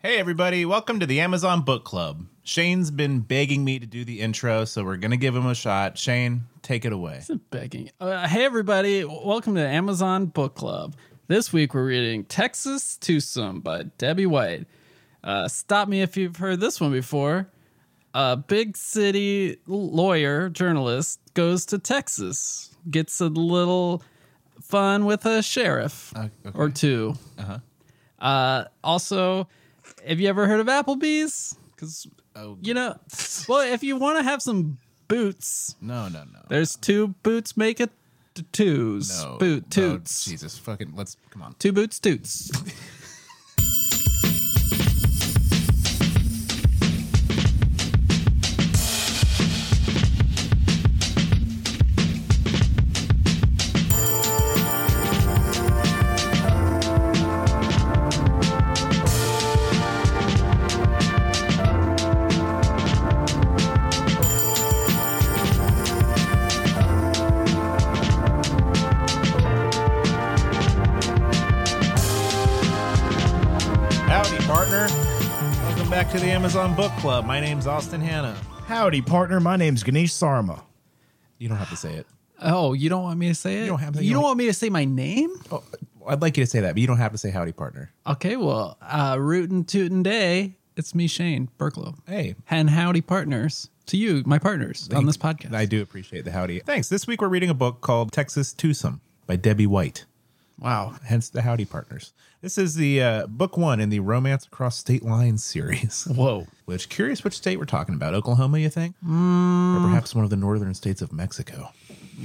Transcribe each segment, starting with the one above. Hey, everybody, welcome to the Amazon Book Club. Shane's been begging me to do the intro, so we're going to give him a shot. Shane, take it away. It's begging. Uh, hey, everybody. W- Welcome to the Amazon Book Club. This week we're reading Texas Twosome by Debbie White. Uh, stop me if you've heard this one before. A big city lawyer, journalist, goes to Texas, gets a little fun with a sheriff Uh, okay. or two. Uh-huh. also, have you ever heard of Applebee's? Because, Oh. you know, well, if you want to have some boots, No, no, no. there's two boots make it t- twos. no, Boot no, toots. Oh, Jesus, fucking, let's, come on. two boots toots. Howdy, partner. Welcome back to the Amazon Book Club. My name's Austin Hanna. Howdy, partner. My name's Ganesh Sarma. You don't have to say it. oh, you don't want me to say it? don't have to- You you don't don't- want me to say my name? Oh, I'd like you to say that, but you don't have to say howdy, partner. Okay, well, uh, rootin' tootin' day. It's me, Shane Burklow. Hey, And howdy, partners. To you, my partners on this podcast. I do appreciate the howdy. Thanks. This week we're reading a book called Texas Twosome by Debbie White. wow. hence the Howdy Partners. This is the uh, book one in the Romance Across State Lines series. Whoa. Which curious, which state we're talking about? Oklahoma, you think, Mm. or perhaps one of the northern states of Mexico?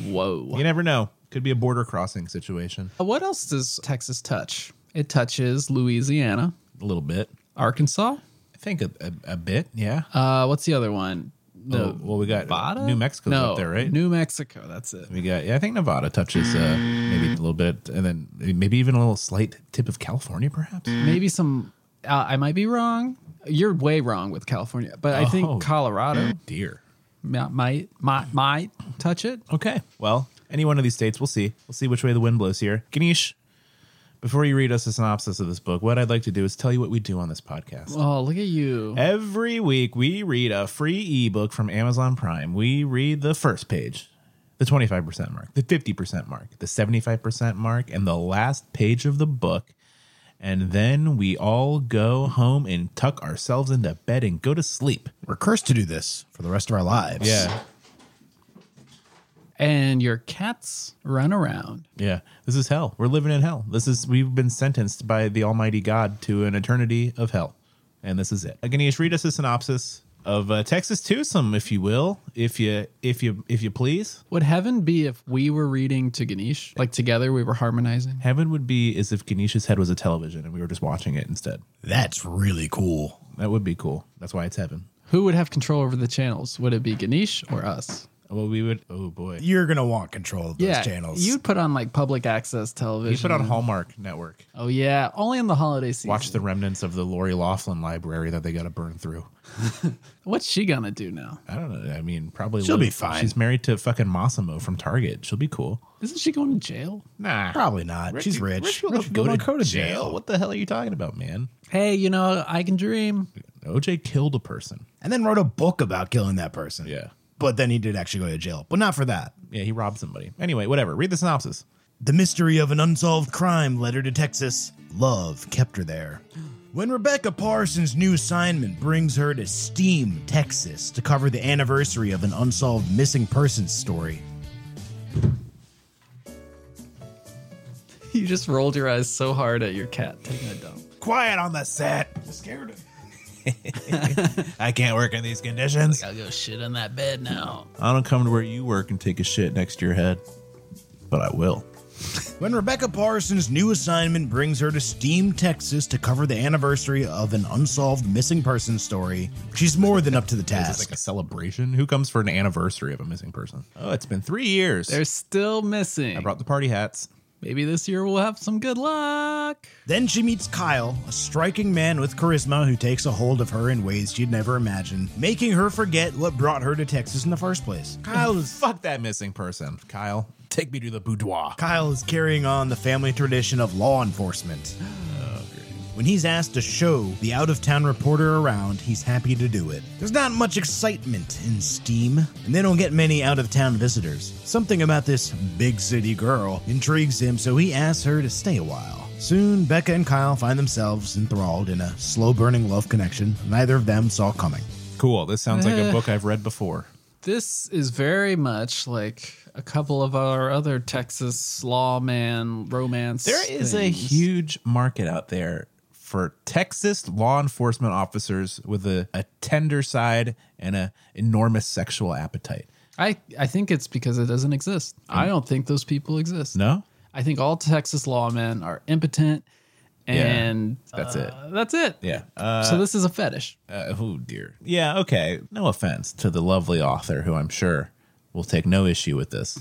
Whoa. You never know. Could be a border crossing situation. Uh, what else does Texas touch? It touches Louisiana, A little bit. Arkansas. I think a, a, a bit. Yeah. Uh, what's the other one? Oh, well, we got Nevada? New Mexico's no, up there, right? New Mexico. That's it. we got. Yeah, I think Nevada touches uh, maybe a little bit, and then maybe even a little slight tip of California, perhaps. maybe some uh, i might be wrong you're way wrong with california but i Oh. think colorado Dear. mi- might might might touch it Okay. Well, any one of these states, we'll see. We'll see which way the wind blows here. Ganesh, before you read us a synopsis of this book, what I'd like to do is tell you what we do on this podcast. oh look at you Every week, we read a free ebook from Amazon Prime. We read the first page, the 25% mark, the 50% mark, the 75% mark, and the last page of the book. And then we all go home and tuck ourselves into bed and go to sleep. We're cursed to do this for the rest of our lives. and your cats run around Yeah, this is hell. We're living in hell. This is we've been sentenced by the Almighty God to an eternity of hell, and this is it. Ganesh, read us a synopsis of uh, Texas Twosome, if you will, if you if you if you please. would heaven be if we were reading to ganesh like together we were harmonizing Heaven would be as if Ganesh's head was a television and we were just watching it instead. That's really cool. That would be cool. That's why it's heaven. who would have control over the channels would it be ganesh or us Well, we would. Oh boy, You're going to want control of those yeah channels. you'd put on like public access television you put on Hallmark Network. oh yeah only in the holiday season Watch the remnants of the Lori Laughlin library that they got to burn through. what's she gonna do now I don't know. I mean, probably She'll be fine. She's married to fucking Massimo from Target. She'll be cool. isn't she going to jail Nah, Probably not. She's rich. will Rich go, will to not go to jail. jail. What the hell are you talking about, man? hey you know i can dream OJ killed a person. And then wrote a book about killing that person. Yeah. But then he did actually go to jail, but not for that. Yeah, he robbed somebody. Anyway, whatever. Read the synopsis. The mystery of an unsolved crime led her to Texas. Love kept her there. When Rebecca Parsons' new assignment brings her to Steam, Texas, to cover the anniversary of an unsolved missing persons story, You just rolled your eyes so hard at your cat taking a dump. Quiet on the set. scared him. I can't work in these conditions. I'll go shit on that bed now. I don't come to where you work and take a shit next to your head, but I will. When Rebecca Parsons' new assignment brings her to Steam, Texas to cover the anniversary of an unsolved missing person story, she's more than up to the Is this task. like a celebration? Who comes for an anniversary of a missing person? Oh, it's been three years. They're still missing. I brought the party hats. Maybe this year we'll have some good luck. Then she meets Kyle, a striking man with charisma who takes a hold of her in ways she'd never imagined, making her forget what brought her to Texas in the first place. Kyle, fuck that missing person. Kyle, take me to the boudoir. Kyle is carrying on the family tradition of law enforcement. When he's asked to show the out of town reporter around, he's happy to do it. There's not much excitement in Steam, and they don't get many out of town visitors. Something about this big city girl intrigues him, so he asks her to stay a while. Soon, Becca and Kyle find themselves enthralled in a slow burning love connection neither of them saw coming. Cool. This sounds like a book I've read before. This is very much like a couple of our other Texas lawman romance. There is a things. huge market out there for Texas law enforcement officers with a, a tender side and a enormous sexual appetite. I I think it's because it doesn't exist. I don't think those people exist. No? I think all Texas lawmen are impotent, and That's it. uh, that's it. Yeah. Uh, so this is a fetish. uh, oh, dear. Yeah, okay. No offense to the lovely author who I'm sure will take no issue with this.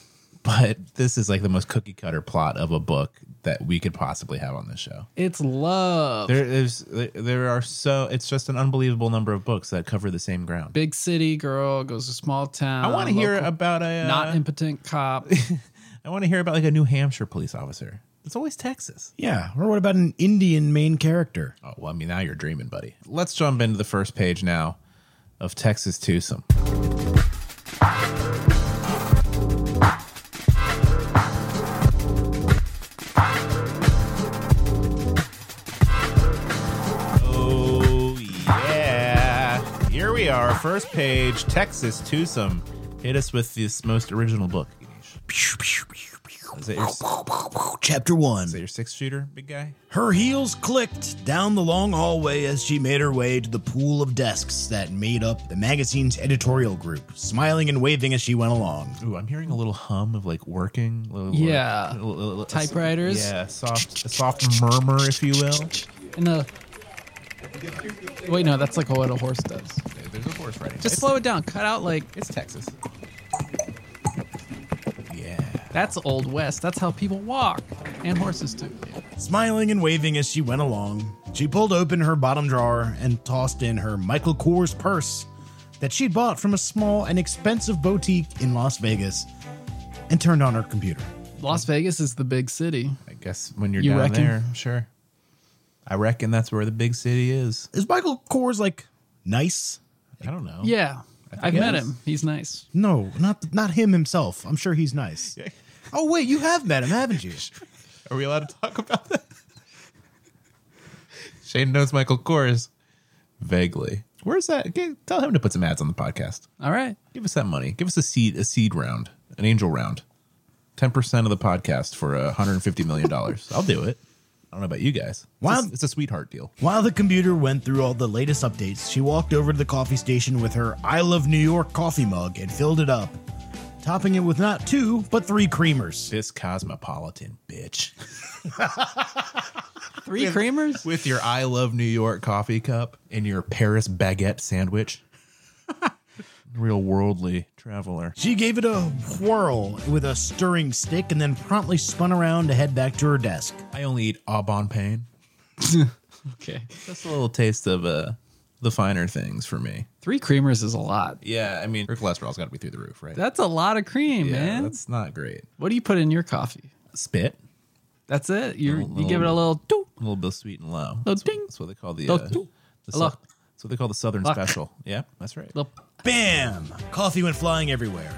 But this is like the most cookie cutter plot of a book that we could possibly have on this show. It's love. There is there are so it's just an unbelievable number of books that cover the same ground. Big city girl goes to small town. I want to hear local- about a uh, not impotent cop. I want to hear about like a New Hampshire police officer. It's always Texas. Yeah, or what about an Indian main character? Oh, well, I mean, now you're dreaming, buddy. Let's jump into the first page now of Texas Twosome. Oh, yeah. Here we are, first page, Texas Twosome. Hit us with this most original book. Is it your, is Chapter 1 it your six shooter, big guy? Her heels clicked down the long hallway as she made her way to the pool of desks that made up the magazine's editorial group, smiling and waving as she went along. Ooh, I'm hearing a little hum of like working. little- Yeah. little- little- little- Typewriters. Yeah, soft, a soft murmur, if you will. And a wait, no, that's like what a horse does. There's a horse riding. Just slow it down. Cut out like It's Texas. Yeah. that's old west. That's how people walk and horses too. Smiling and waving as she went along, she pulled open her bottom drawer and tossed in her Michael Kors purse that she'd bought from a small and expensive boutique in Las Vegas and turned on her computer. Las Vegas is the big city. I guess when you're You down reckon? there, sure. I reckon that's where the big city is. Is Michael Kors like nice? I don't know. Yeah, I've it met is. him. He's nice. No, not not him himself. I'm sure he's nice. Oh wait, you have met him, haven't you? Are we allowed to talk about that? Shane knows Michael Kors vaguely. Where's that? G- Tell him to put some ads on the podcast. All right. Give us that money. Give us a seed a seed round, an angel round. Ten percent of the podcast for uh, 150 million dollars. I'll do it. I don't know about you guys. Wow, Wow. it's a, it's a sweetheart deal. While the computer went through all the latest updates, she walked over to the coffee station with her I Love New York coffee mug and filled it up, topping it with not two, but three creamers. This cosmopolitan bitch Three creamers. with your I love New York coffee cup and your Paris baguette sandwich. Real worldly traveler. She gave it a whirl with a stirring stick and then promptly spun around to head back to her desk. I only eat Aubon pain. Okay. That's a little taste of uh, the finer things for me. Three creamers is a lot. Yeah, I mean, her cholesterol's got to be through the roof, right? That's a lot of cream, yeah, man. that's not great. What do you put in your coffee? Spit. That's it. You Little- you give it a little doop. a little bit of sweet and low. that's, ding. that's what they call the, Little uh, doo. the Hello. sou- that's what they call the Southern Look. Special. Yeah, that's right. little- Bam! Coffee went flying everywhere.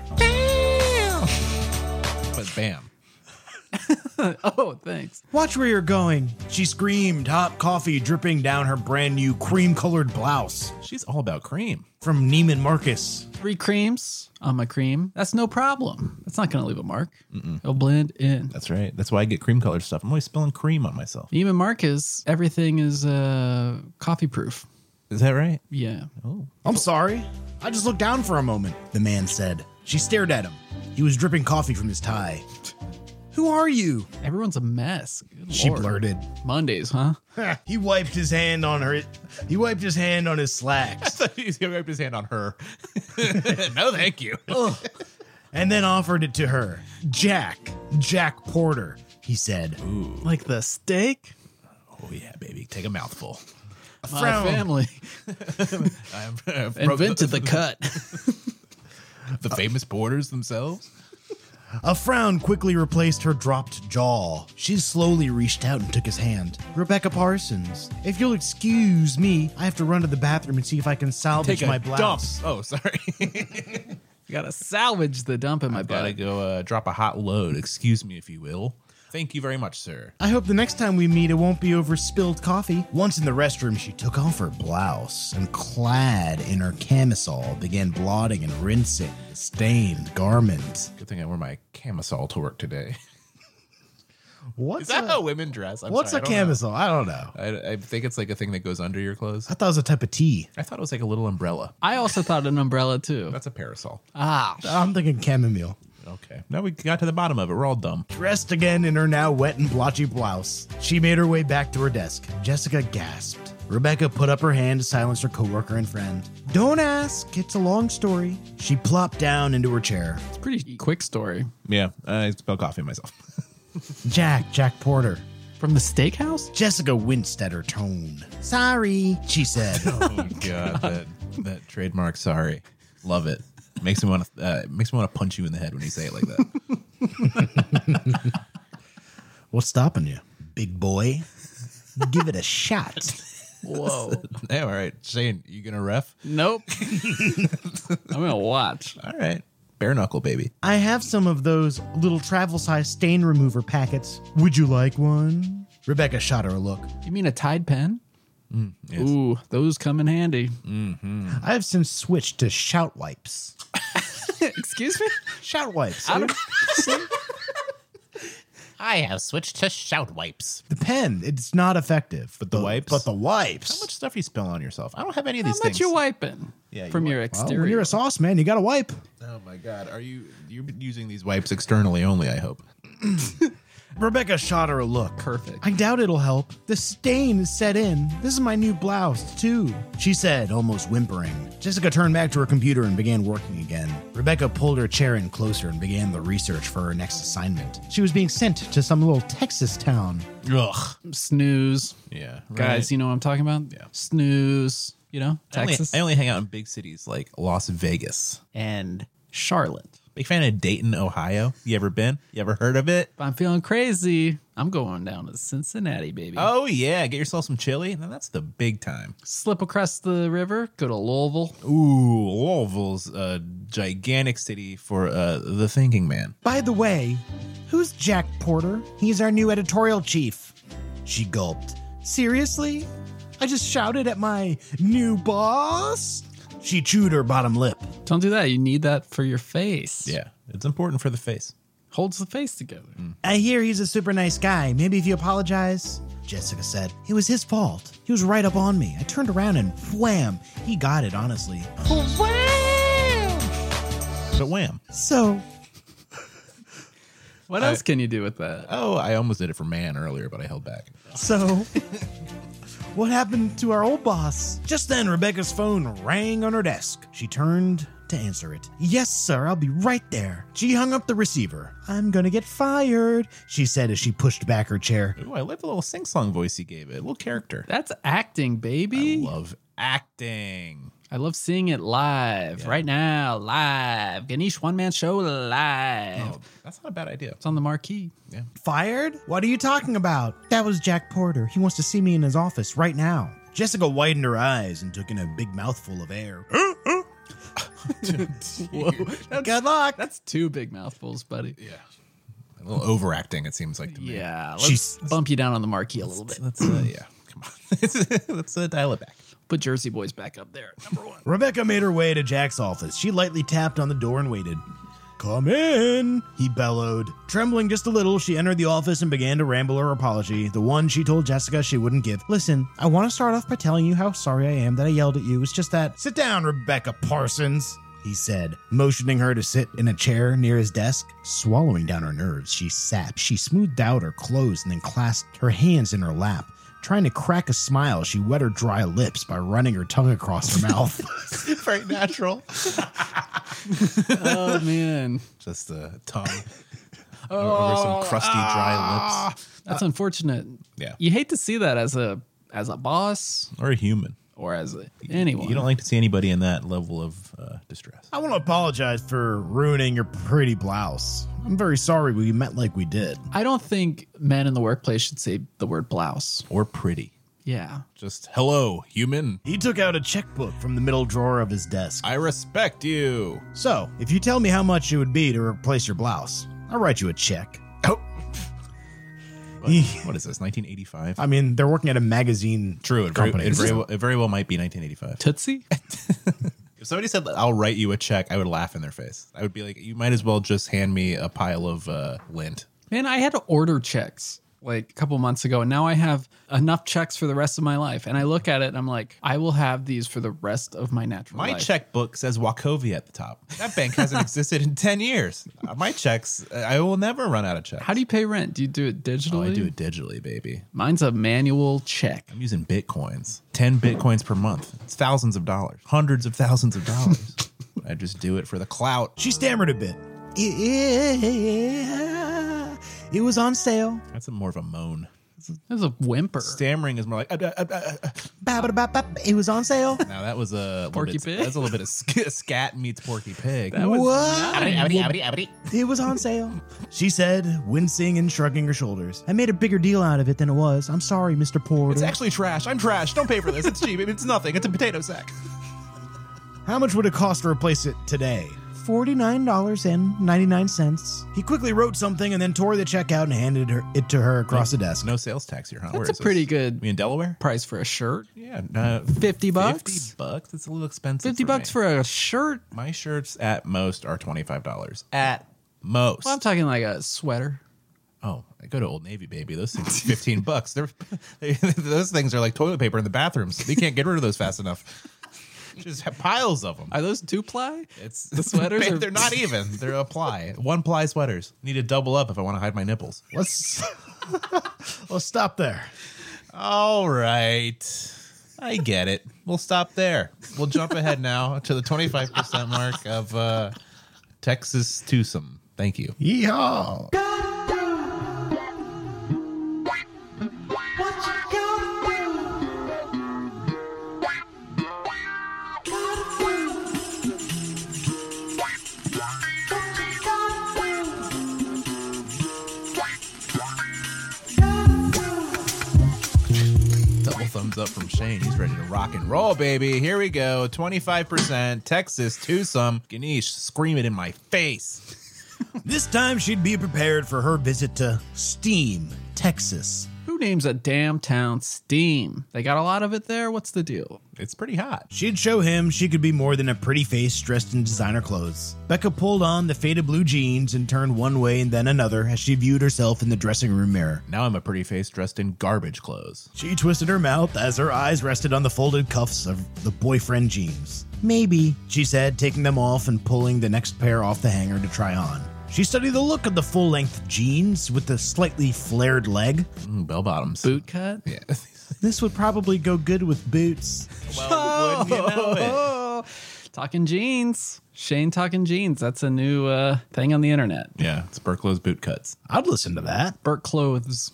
But bam, Oh, thanks. Watch where you're going. She screamed, hot coffee dripping down her brand new cream colored blouse she's all about cream. from Neiman Marcus. Three creams on my cream. That's no problem. That's not gonna leave a mark. It'll blend in. That's right. That's why I get cream colored stuff. I'm always spilling cream on myself. Neiman Marcus, everything is uh, coffee proof. Is that right? Yeah. Oh, I'm sorry. I just looked down for a moment, the man said. She stared at him. He was dripping coffee from his tie. Who are you? Everyone's a mess. Good She Lord. blurted. Mondays, huh? He wiped his hand on her. He wiped his hand on his slacks he's gonna wrap his hand on her. no, thank you. and then offered it to her. Jack, Jack Porter, he said. Like the steak? Oh yeah, baby, take a mouthful. A My frown family I've, I've broke invented the cut. the famous porters themselves. A frown quickly replaced her dropped jaw. She slowly reached out and took his hand. Rebecca Parsons, if you'll excuse me, I have to run to the bathroom and see if I can salvage my blouse. Oh, sorry. Gotta salvage the dump in my butt. Gotta go uh, drop a hot load. Excuse me, if you will. Thank you very much, sir. I hope the next time we meet it won't be over spilled coffee. Once in the restroom, she took off her blouse and, clad in her camisole, began blotting and rinsing the stained garment. Good thing I wore my camisole to work today. What's Is that a, how women dress? I'm what's sorry, a I don't know. camisole? I don't know. I, I think it's like a thing that goes under your clothes. I thought it was a type of tea. I thought it was like a little umbrella. I also thought an umbrella too. That's a parasol. Ah, I'm thinking chamomile. Okay. Now we got to the bottom of it. We're all dumb. Dressed again in her now wet and blotchy blouse, she made her way back to her desk. Jessica gasped. Rebecca put up her hand to silence her coworker and friend. Don't ask, it's a long story. She plopped down into her chair. it's a pretty quick story Yeah, I spilled coffee myself. Jack, Jack Porter. from the steakhouse. Jessica winced at her tone. Sorry, she said. oh god, that that trademark. Sorry, love it. Makes me want to uh, makes me want to punch you in the head when you say it like that. What's stopping you? Big boy. Give it a shot. Whoa. Hey, all right, Shane, you gonna ref? nope. I'm gonna watch. All right, bare knuckle, baby. I have some of those little travel size stain remover packets. Would you like one? Rebecca shot her a look. You mean a Tide pen? Mm, yes. Mm. Ooh, those come in handy. I have since switched to shout wipes. Excuse me. Shout wipes. I have switched to shout wipes. the pen, it's not effective. But the wipes? But the wipes. How much stuff you spill on yourself? I don't have any of How these much things. you wiping? Yeah, you from your wipe. Well, exterior. when you're a sauce man, you gotta wipe. oh my god, are you you're using these wipes externally only? I hope. Rebecca shot her a look. Perfect. I doubt it'll help. The stain is set in. This is my new blouse, too, she said, almost whimpering. Jessica turned back to her computer and began working again. Rebecca pulled her chair in closer and began the research for her next assignment. She was being sent to some little Texas town. Ugh. Snooze, Yeah, guys. You know what I'm talking about? Yeah. Snooze. You know, I only, Texas I only hang out in big cities like Las Vegas. and Charlotte. Big fan of Dayton, Ohio. You ever been? You ever heard of it? If I'm feeling crazy, I'm going down to Cincinnati, baby. Oh yeah, get yourself some chili. Now that's the big time. Slip across the river, go to Louisville. Ooh, Louisville's a gigantic city for uh, the thinking man. By the way, who's Jack Porter? He's our new editorial chief. She gulped. Seriously? I just shouted at my new boss? She chewed her bottom lip. Don't do that. You need that for your face. Yeah, Mm. it's important for the face. Holds the face together. I hear he's a super nice guy. Maybe if you apologize. Jessica said. It was his fault. He was right up on me. I turned around and wham, he got it, honestly. But wham! So, What else can you do with that? Oh, I almost did it for man earlier, but I held back. so, what happened to our old boss? Just then, Rebecca's phone rang on her desk. She turned to answer it. Yes, sir, I'll be right there. She hung up the receiver. I'm gonna get fired, she said as she pushed back her chair. Ooh, I like the little sing song voice he gave it. Little character. That's acting, baby. Love acting. I love seeing it live right now, live. Ganesh One Man Show live. Oh, that's not a bad idea. It's on the marquee. Fired? What are you talking about? That was Jack Porter. He wants to see me in his office right now. Jessica widened her eyes and took in a big mouthful of air. Whoa. That's, Good luck. that's two big mouthfuls, buddy. Yeah. A little overacting, it seems like to me. let's She's- bump you down on the marquee a little bit. Let's, uh, yeah. Come on. Let's uh, dial it back. Put Jersey Boys back up there. Number one. Rebecca made her way to Jack's office. She lightly tapped on the door and waited. Come in, he bellowed. Trembling just a little, she entered the office and began to ramble her apology, the one she told Jessica she wouldn't give. Listen, I want to start off by telling you how sorry I am that I yelled at you. It's just that. Sit down, Rebecca Parsons, he said, motioning her to sit in a chair near his desk. Swallowing down her nerves, she sat. She smoothed out her clothes and then clasped her hands in her lap. Trying to crack a smile, she wet her dry lips by running her tongue across her mouth. Very natural. oh, man. Just the tongue o- over some crusty, dry lips. That's unfortunate. Yeah. You hate to see that as a as a boss. Or a human. or as a- anyone. You don't like to see anybody in that level of uh, distress. I want to apologize for ruining your pretty blouse. I'm very sorry we met like we did. I don't think men in the workplace should say the word blouse. Or pretty. Yeah. Just hello, human. He took out a checkbook from the middle drawer of his desk. I respect you. So, if you tell me how much it would be to replace your blouse, I'll write you a check. Oh. He- What is this? 1985. I mean, they're working at a magazine True. It very, company. it very well, it very well might be 1985. Tootsie? If somebody said, "I'll write you a check," I would laugh in their face. I would be like, "You might as well just hand me a pile of uh, lint." Man, I had to order checks like a couple months ago, and now I have enough checks for the rest of my life. And I look at it and I'm like, I will have these for the rest of my natural My life. checkbook says Wachovia at the top. That bank hasn't existed in 10 years. Uh, My checks, uh, I will never run out of checks. How do you pay rent? Do you do it digitally? Oh, I do it digitally, baby. Mine's a manual check. I'm using bitcoins. 10 bitcoins per month. It's thousands of dollars, hundreds of thousands of dollars. I just do it for the clout. She stammered a bit. Yeah, it was on sale. That's a more of a moan. That's a whimper. Stammering is more like. "Uh, uh, uh, uh, uh." Ba-ba-da-ba-ba, It was on sale. Now that was a little Porky bit- Pig? That's a little bit of sk- scat meets Porky Pig. What? Abri, abri, abri, abri. It was on sale. She said, wincing and shrugging her shoulders. I made a bigger deal out of it than it was. I'm sorry, Mr. Porter. it's actually trash. I'm trash. Don't pay for this. It's cheap. It's nothing. It's a potato sack. How much would it cost to replace it today? $49.99. He quickly wrote something and then tore the check out and handed her, it to her across the desk. No sales tax here, huh? Where That's a is this? pretty good We in Delaware? price for a shirt. Yeah, uh, 50 Fifty bucks? bucks. That's a little expensive. 50 bucks me. for a shirt? my shirts. At most are twenty five dollars. At most. Well, I'm talking like a sweater. oh, I go to Old Navy, baby. Those things are fifteen bucks. They're they, those things are like toilet paper in the bathrooms. They can't get rid of those fast enough. Just have piles of them. Are those two ply? It's the sweaters are- They're not even. They're a ply. One ply sweaters. Need to double up if I want to hide my nipples. Let's, let's stop there. All right. I get it. We'll stop there. We'll jump ahead now to the 25% mark of uh, Texas twosome. Thank you. Yeehaw. Double thumbs up from Shane. He's ready to rock and roll, baby. Here we go. 25% Texas twosome. Ganesh, scream it in my face. This time she'd be prepared for her visit to Steam, Texas. Who names a damn town Steam? They got a lot of it there. What's the deal? It's pretty hot. She'd show him she could be more than a pretty face dressed in designer clothes. Becca pulled on the faded blue jeans and turned one way and then another as she viewed herself in the dressing room mirror. Now I'm a pretty face dressed in garbage clothes. She twisted her mouth as her eyes rested on the folded cuffs of the boyfriend jeans. Maybe, she said, taking them off and pulling the next pair off the hanger to try on. She studied the look of the full length jeans with the slightly flared leg. Mm, Bell bottoms. Boot cut? Yeah. This would probably go good with boots. well, wouldn't you know it? Oh, talking jeans. Shane talking jeans. That's a new uh, thing on the internet. Yeah, it's Burklow's boot cuts. I'd listen to that. Burt clothes.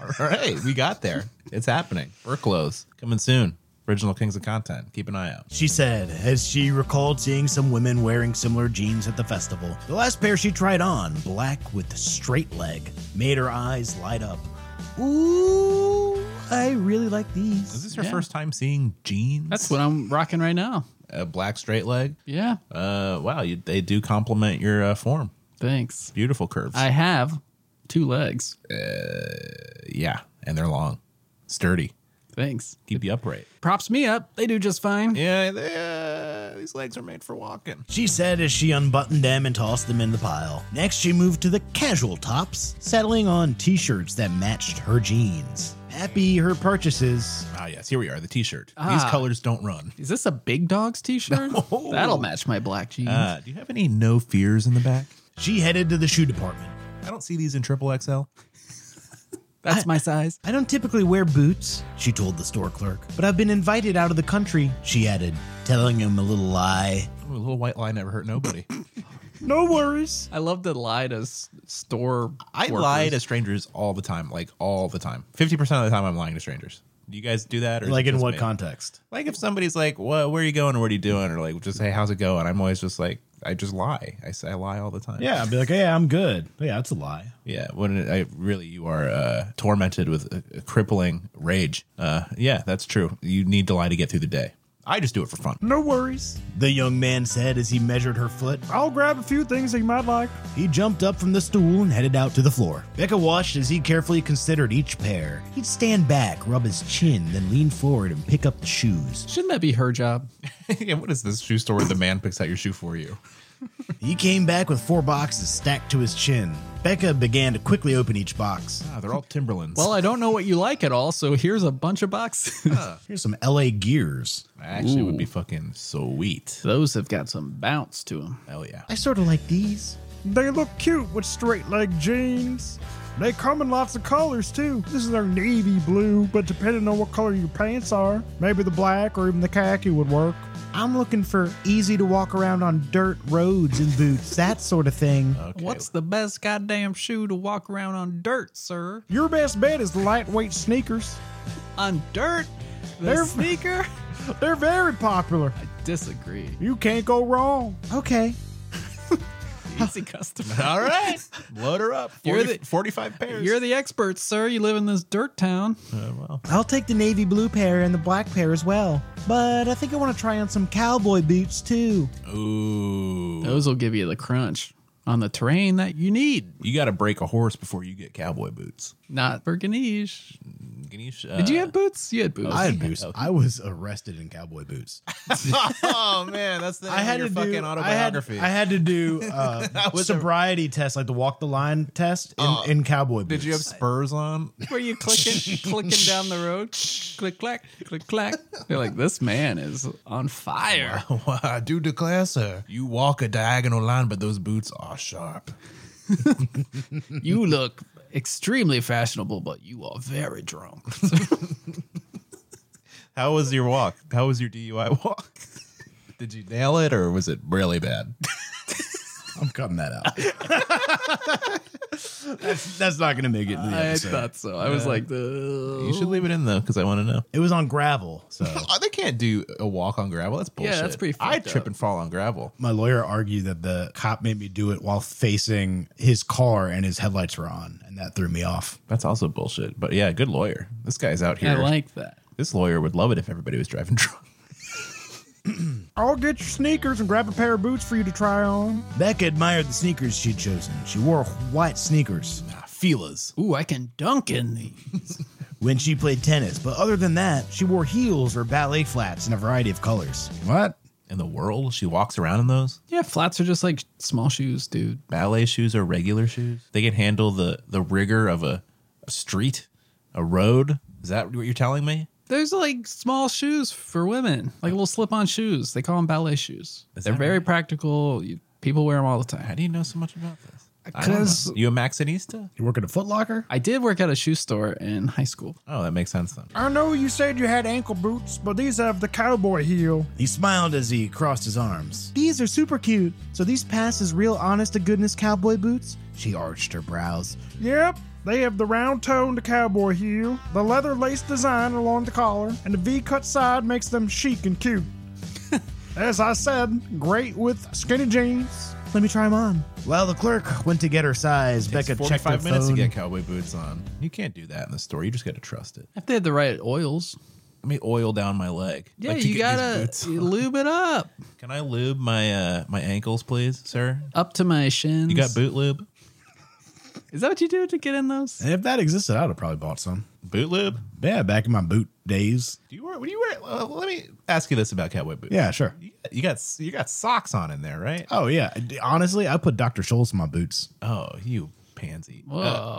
All right, we got there. It's happening. We're close. Coming soon. Original Kings of Content. Keep an eye out. She said, as she recalled seeing some women wearing similar jeans at the festival. The last pair she tried on, black with straight leg, made her eyes light up. Ooh, I really like Is these. this your Yeah. first time seeing jeans? That's what I'm rocking right now. a black straight leg. Yeah. Uh, wow, you, they do complement your uh, form. Thanks. Beautiful curves. I have two legs. yeah, and they're long, sturdy, Thanks. keep you upright. Props me up. They do just fine. Yeah, they, uh, these legs are made for walking. She said as she unbuttoned them and tossed them in the pile. Next, she moved to the casual tops, settling on t shirts that matched her jeans. Happy her purchases. Ah, yes, here we are. The T-shirt. Ah. These colors don't run. Is this a big dog's t shirt? That'll match my black jeans. Uh, do you have any no fears in the back? She headed to the shoe department. I don't see these in triple XL. That's my size. I don't typically wear boots, she told the store clerk, but I've been invited out of the country, she added, telling him a little lie. Ooh, a little white line never hurt nobody. No worries. I love to lie to s- store. I workers. lie to strangers all the time, like all the time. Fifty percent of the time, I'm lying to strangers. Do you guys do that? Or is Like it in just what me? context? Like if somebody's like, "What? Where are you going? Or what are you doing?" Or like, just hey, how's it going? I'm always just like, I just lie. I say I lie all the time. Yeah, I'd be like, yeah, I'm good. Yeah, that's a lie. yeah. When it, I really you are uh, tormented with a, a crippling rage. Uh, yeah, that's true. You need to lie to get through the day. I just do it for fun. No worries, the young man said as he measured her foot. I'll grab a few things that you might like. He jumped up from the stool and headed out to the floor. Becca watched as he carefully considered each pair. He'd stand back, rub his chin, then lean forward and pick up the shoes. Shouldn't that be her job? yeah, what is this shoe store where the man picks out your shoe for you? He came back with four boxes stacked to his chin. Becca began to quickly open each box. Ah, they're all Timberlands. Well, I don't know what you like at all, so here's a bunch of boxes. Here's some LA gears. I actually would be fucking sweet. Those have got some bounce to them. Hell yeah. I sort of like these. They look cute with straight leg jeans. They come in lots of colors too. This is their navy blue, but depending on what color your pants are, maybe the black or even the khaki would work. I'm looking for easy to walk around on dirt roads and boots, that sort of thing. Okay. What's the best goddamn shoe to walk around on dirt, sir? Your best bet is the lightweight sneakers. On dirt? The They're- sneaker? They're very popular. Disagree. You can't go wrong. Okay. Easy customer. all right, load her up. 40, You're You're the- forty-five pairs. You're the expert, sir. You live in this dirt town. Uh, well, I'll take the navy blue pair and the black pair as well. But I think I want to try on some cowboy boots too. ooh, Those will give you the crunch on the terrain that you need. you got to break a horse before you get cowboy boots. Not for Ganesh. Ganesh, Did you have boots? You had boots. I had boots. I was arrested in cowboy boots. oh man, that's the name I had of your to fucking do, autobiography. I had, I had to do uh, sobriety test, like the walk the line test in, in cowboy boots. Uh, Did you have spurs on? Were you clicking, clicking down the road? Click clack, click clack. They're like, this man is on fire. I do declare, sir. You walk a diagonal line, but those boots are sharp. You look extremely fashionable, but you are very drunk. How was your walk? How was your DUI walk? Did you nail it, or was it really bad? I'm cutting that out. that's, that's not going to make it. In the I episode. thought so. I was like, the You should leave it in though, because I want to know. It was on gravel, so Oh, they can't do a walk on gravel. That's bullshit. that's pretty fucked I trip up. and fall on gravel. my lawyer argued that the cop made me do it while facing his car and his headlights were on, and that threw me off. That's also bullshit. But yeah, good lawyer. This guy's out I here. like that. this lawyer would love it if everybody was driving drunk. I'll get your sneakers and grab a pair of boots for you to try on. Becca admired the sneakers she'd chosen. She wore white sneakers Feelers. Ooh, I can dunk in these. when she played tennis, but other than that, she wore heels or ballet flats in a variety of colors. What? In the world, she walks around in those. yeah, flats are just like small shoes, dude. ballet shoes or regular shoes. They can handle the the rigor of a, a street, a road. Is that what you're telling me? There's like small shoes for women, like little slip-on shoes. They call them ballet shoes. Is They're that very right? practical. You, people wear them all the time. How do you know so much about this? I don't 'Cause- know. you a Maxinista? You work at a Foot Locker? I did work at a shoe store in high school. Oh, that makes sense then. I know you said you had ankle boots, but these have the cowboy heel. He smiled as he crossed his arms. These are super cute. So these pass as real honest to goodness cowboy boots? She arched her brows. Yep, they have the round toe to cowboy heel, the leather lace design along the collar, and the V-cut side makes them chic and cute. As I said, great with skinny jeans. Let me try them on. While the clerk went to get her size, Becca It's checked her 45 minutes phone. to get cowboy boots on. You can't do that in the store. You just got to trust it. If they had the right oils, Let me oil down my leg. yeah, Like, to you get these gotta boots. you lube it up Can I lube my uh my ankles, please, sir? up to my shins. You got boot lube? Is that what you do to get in those? And if that existed, I would have probably bought some. Boot lube? Yeah, back in my boot days. Do you wear? What do you wear? Uh, let me ask you this about cowboy boots. Yeah, sure. You got, you got you got socks on in there, right? Oh yeah. D- Honestly, I put Dr. Scholl's in my boots. Oh, you pansy. Uh, Whoa.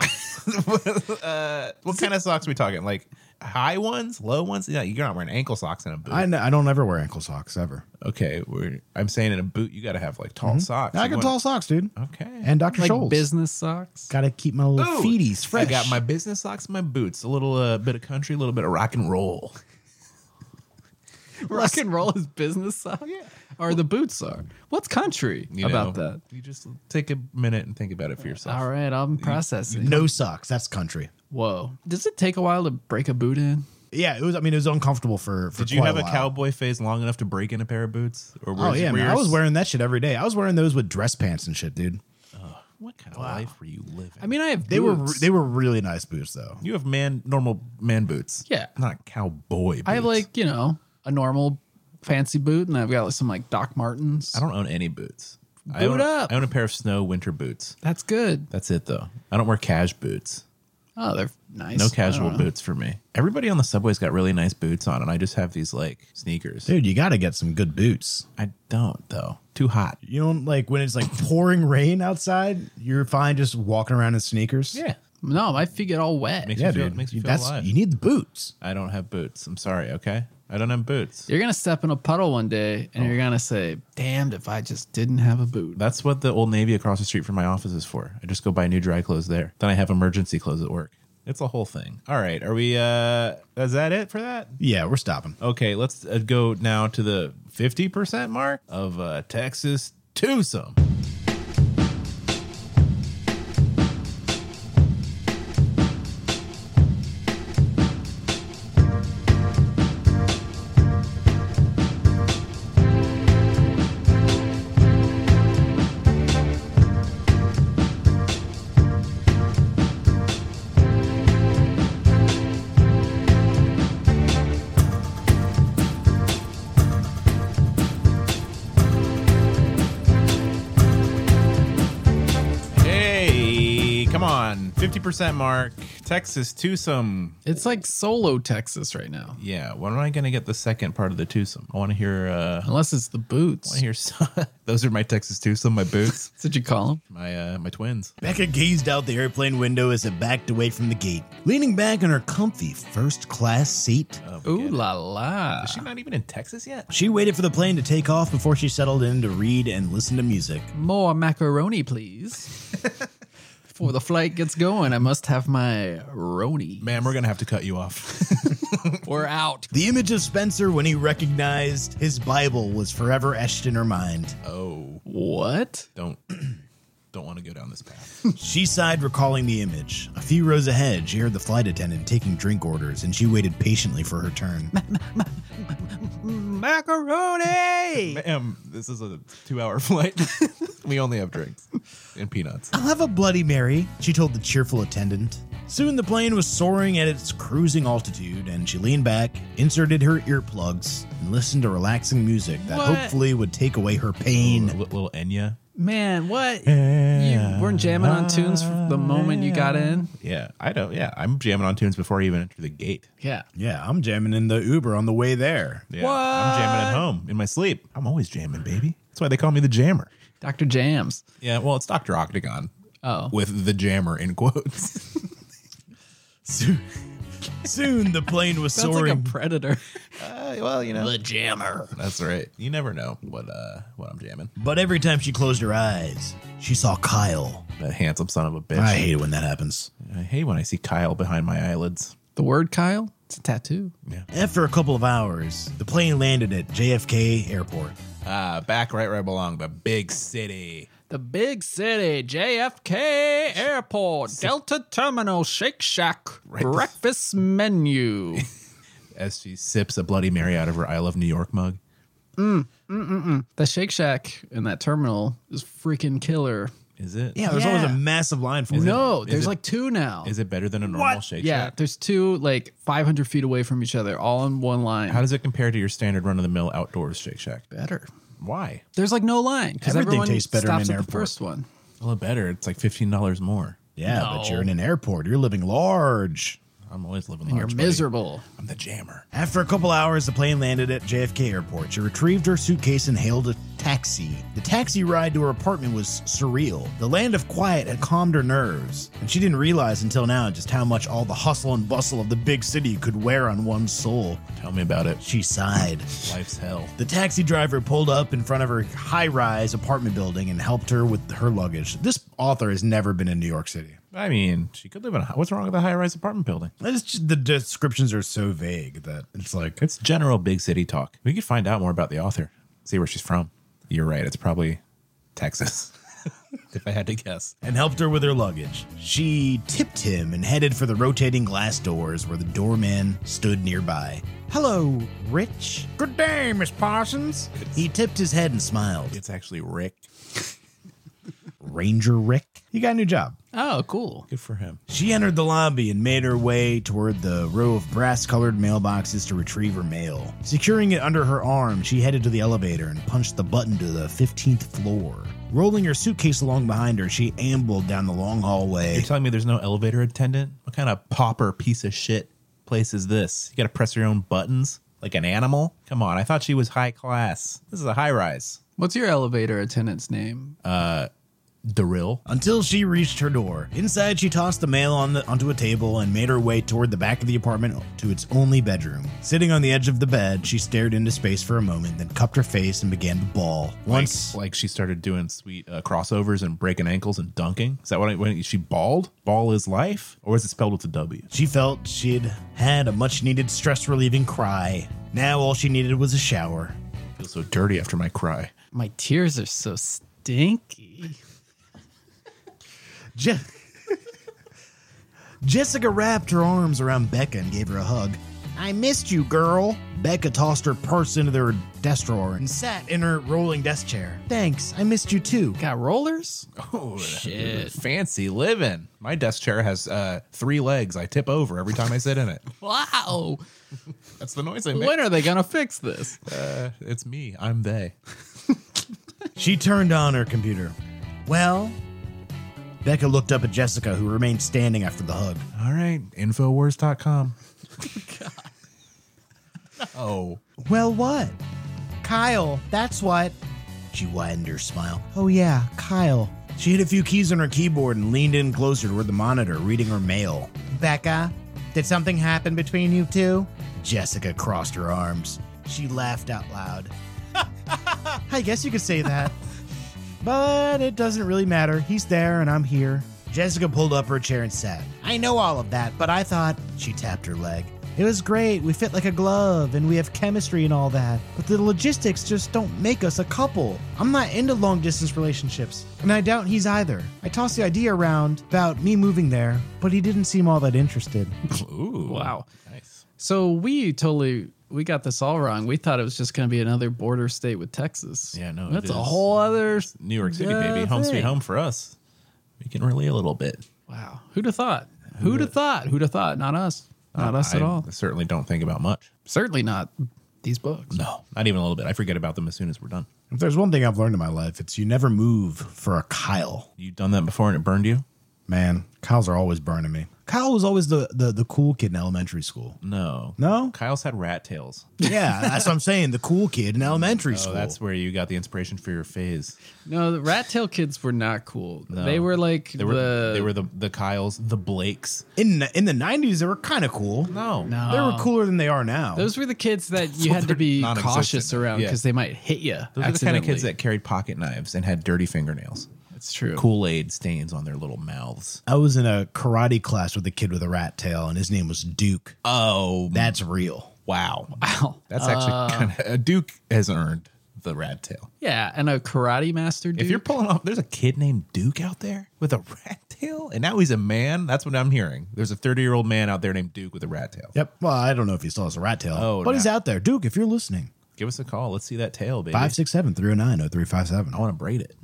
uh, what kind of socks are we talking? Like high ones, low ones? Yeah, you're not wearing ankle socks in a boot. I n- I don't ever wear ankle socks ever. okay, we're, I'm saying in a boot, you got to have like tall socks. Mm-hmm. I You got want- tall socks, dude. Okay. And Dr. like Scholl's. business socks. Gotta keep my little Ooh, feeties fresh. I got my business socks, and my boots, a little uh, bit of country, a little bit of rock and roll. Rock and roll is business socks. Or the boots are. What's country You about know? that? You just take a minute and think about it for yourself. All right, I'm processing. no socks. That's country. Whoa. Does it take a while to break a boot in? Yeah, it was. I mean, it was uncomfortable for. for Did you quite have a while. cowboy phase long enough to break in a pair of boots? Or were Oh yeah, were man, your I was s- wearing that shit every day. I was wearing those with dress pants and shit, dude. What kind of life were you living? I mean, I have They were boots. they were really nice boots though. you have man normal man boots. Yeah. not cowboy. Boots. I have like you know a normal fancy boot, and I've got like some like Doc Martens. I don't own any boots. I own, Boot up. I own a pair of snow winter boots. That's good. That's it though. I don't wear cash boots. Oh, they're nice. No I don't casual know. boots for me. Everybody on the subway's got really nice boots on, and I just have these like sneakers. Dude, you got to get some good boots. I don't though. Too hot. You don't like when it's like pouring rain outside. You're fine just walking around in sneakers. No, my feet get all wet. Makes yeah, you feel, dude. Makes you feel That's alive. you need the boots. I don't have boots. I'm sorry. Okay, I don't have boots. You're gonna step in a puddle one day, and Oh. you're gonna say, "Damned if I just didn't have a boot." That's what the old Navy across the street from my office is for. I just go buy new dry clothes there. Then I have emergency clothes at work. It's a whole thing. All right, are we? uh Is that it for that? Yeah, we're stopping. Okay, let's uh, go now to the fifty percent mark of uh Texas twosome. Hey, come on, fifty percent mark, Texas twosome. It's like solo Texas right now, Yeah, when am I gonna get the second part of the twosome? I want to hear. uh I unless it's the boots. want to hear. some- Those are my Texas twosome, my boots, That's what you call them. my uh my twins. Becca gazed out the airplane window as it backed away from the gate, leaning back in her comfy first class seat. Ooh la la! Is she not even in Texas yet? She waited for the plane to take off before she settled in to read and listen to music. More macaroni, please. Before the flight gets going, I must have my roni. Ma'am, we're gonna have to cut you off. We're out. The image of Spencer when he recognized his Bible was forever etched in her mind. oh, What? don't don't want to go down this path. She sighed, recalling the image. A few rows ahead, she heard the flight attendant taking drink orders, and she waited patiently for her turn. Macaroni. Ma'am, this is a two-hour flight. we only have drinks and peanuts. I'll have a Bloody Mary, she told the cheerful attendant. Soon the plane was soaring at its cruising altitude, and she leaned back, inserted her earplugs, and listened to relaxing music that What? hopefully would take away her L- pain. little Enya. Man, what? You weren't jamming on tunes from the moment you got in. Yeah, I don't. Yeah, I'm jamming on tunes before I even enter the gate. Yeah. Yeah, I'm jamming in the Uber on the way there. Yeah, I'm jamming at home in my sleep. I'm always jamming, baby. That's why they call me the Jammer. Dr. Jams. Yeah, well, it's Doctor Octagon Oh. with the Jammer in quotes. Soon, soon the plane was That's soaring. like a predator. Uh, well, you know, The jammer. that's right. You never know what uh what I'm jamming. but every time she closed her eyes, she saw Kyle. That handsome son of a bitch. I hate it when that happens. I hate when I see Kyle behind my eyelids. The word Kyle? It's a tattoo. After a couple of hours, the plane landed at JFK Airport. Ah, back right where I belong, the big city. The big city, JFK Airport, Delta Terminal, Shake Shack, breakfast menu. As she sips a Bloody Mary out of her I Love New York mug. the Shake Shack in that terminal is freaking killer. Is it? Yeah, there's always a Yeah. massive line for it. no, is there's it- like two now. Is it better than a normal Shake yeah, Shack? there's two like 500 feet away from each other, all in one line. How does it compare to your standard run of the mill outdoors Shake Shack? better? Why? There's like no line because Everything everyone tastes better in stops an at the airport. first one. Well, better. It's like fifteen dollars more. Yeah, but you're in an airport. You're living large. I'm always living You're large. buddy. miserable. I'm the jammer. After a couple hours, the plane landed at JFK Airport. She retrieved her suitcase and hailed a taxi. The taxi ride to her apartment was surreal. The land of quiet had calmed her nerves, and she didn't realize until now just how much all the hustle and bustle of the big city could wear on one's soul. Tell me about it. She sighed. Life's hell. The taxi driver pulled up in front of her high rise apartment building and helped her with her luggage. This author has never been in New York City. I mean, she could live in a. What's wrong with a high rise apartment building? It's just, the descriptions are so vague that it's like It's general big city talk. We could find out more about the author. See where she's from. You're right. It's probably Texas. if I had to guess. and helped her with her luggage. She tipped him and headed for the rotating glass doors where the doorman stood nearby. Hello, Rich. Good day, Miss Parsons. He tipped his head and smiled. It's actually Rick. Ranger Rick? He got a new job. Oh, cool. Good for him. She entered the lobby and made her way toward the row of brass colored mailboxes to retrieve her mail. Securing it under her arm, she headed to the elevator and punched the button to the 15th floor. Rolling her suitcase along behind her, she ambled down the long hallway. You're telling me there's no elevator attendant? What kind of pauper piece of shit place is this? You got to press your own buttons like an animal? Come on, I thought she was high class. This is a high rise. What's your elevator attendant's name? Derill. until she reached her door. Inside, she tossed the mail on the, onto a table and made her way toward the back of the apartment to its only bedroom. Sitting on the edge of the bed, she stared into space for a moment, then cupped her face and began to bawl. Once, Like she started doing sweet uh, crossovers and breaking ankles and dunking. Is that what I, when she balled? Ball is life? Or is it spelled with a W? she felt she'd had a much needed stress relieving cry. Now, all she needed was a shower. I feel so dirty after my cry. My tears are so stinky. Je- Jessica wrapped her arms around Becca and gave her a hug. I missed you, girl. Becca tossed her purse into their desk drawer and sat in her rolling desk chair. Thanks, I missed you too. Got rollers? Oh, Shit. Fancy living. My desk chair has uh, three legs. I tip over every time I sit in it. Wow. That's the noise I When are they going to fix this? It's me. I'm they. She turned on her computer. Well, Becca looked up at Jessica, who remained standing after the hug. All right. Infowars.com. Oh. Well, what? Kyle, that's what. She widened her smile. Oh, yeah, Kyle. She hit a few keys on her keyboard and leaned in closer toward the monitor, reading her mail. Becca, did something happen between you two? Jessica crossed her arms. She laughed out loud. I guess you could say that. but it doesn't really matter. He's there and I'm here. Jessica pulled up her chair and sat. I know all of that, but I thought. She tapped her leg. It was great. We fit like a glove and we have chemistry and all that. But the logistics just don't make us a couple. I'm not into long distance relationships, and I doubt he's either. I tossed the idea around about me moving there, but he didn't seem all that interested. Ooh. Wow. Nice. So we totally we got this all wrong. We thought it was just going to be another border state with Texas. Yeah, no, it That's a is. whole other New York City, uh, baby. Home thing. sweet home for us. We can relate a little bit. Wow. Who'd have thought? Who'd have thought? Who'd have thought? Not us. Not us at I all. certainly don't think about much. Certainly not these books. No, not even a little bit. I forget about them as soon as we're done. If there's one thing I've learned in my life, it's you never move for a Kyle. You've done that before and it burned you? Man, Kyles are always burning me. Kyle was always the, the, the cool kid in elementary school. No. No? Kyle's had rat tails. Yeah, that's what I'm saying. The cool kid in elementary So school. Oh, that's where you got the inspiration for your phase. No, the Rat Tail kids were not cool. They were like They were the they were the the Kyles, the Blakes. in in the '90s. They were kind of cool. No, no. They were cooler than they are now. those were the kids that you had to be non-existent. cautious around Yeah. because they might hit you. Those are the kind of kids that carried pocket knives and had dirty fingernails, It's true. Kool Aid stains on their little mouths. I was in a karate class with a kid with a rat tail, and his name was Duke. Oh That's real. wow, Uh. Wow. that's actually kind of Duke has earned the rat tail. Yeah, and a karate master dude. If you're pulling off, there's a kid named Duke out there with a rat tail, and now he's a man. That's what I'm hearing. There's a 30 year old man out there named Duke with a rat tail. Yep. Well, I don't know if he still has a rat tail, Oh, but no. he's out there. Duke, if you're listening, Give us a call. Let's see that tail, baby. five six seven three zero nine zero three five seven. I want to braid it.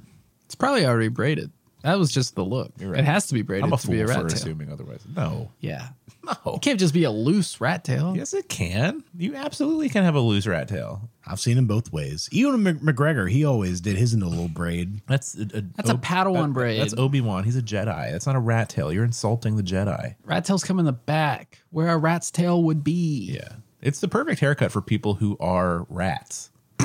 it's probably already braided. That was just the look. right. It has to be braided I'm a to fool be a for rat tail. assuming otherwise. No, Yeah. no. It can't just be a loose rat tail. Yes, it can. You absolutely can have a loose rat tail. I've seen him both ways. Ewan Mc- McGregor, he always did his into a little braid. That's a, That's a Padawan that- braid. That's Obi Wan. He's a Jedi. That's not a rat tail. You're insulting the Jedi. Rat tails come in the back where a rat's tail would be. Yeah, it's the perfect haircut for people who are rats.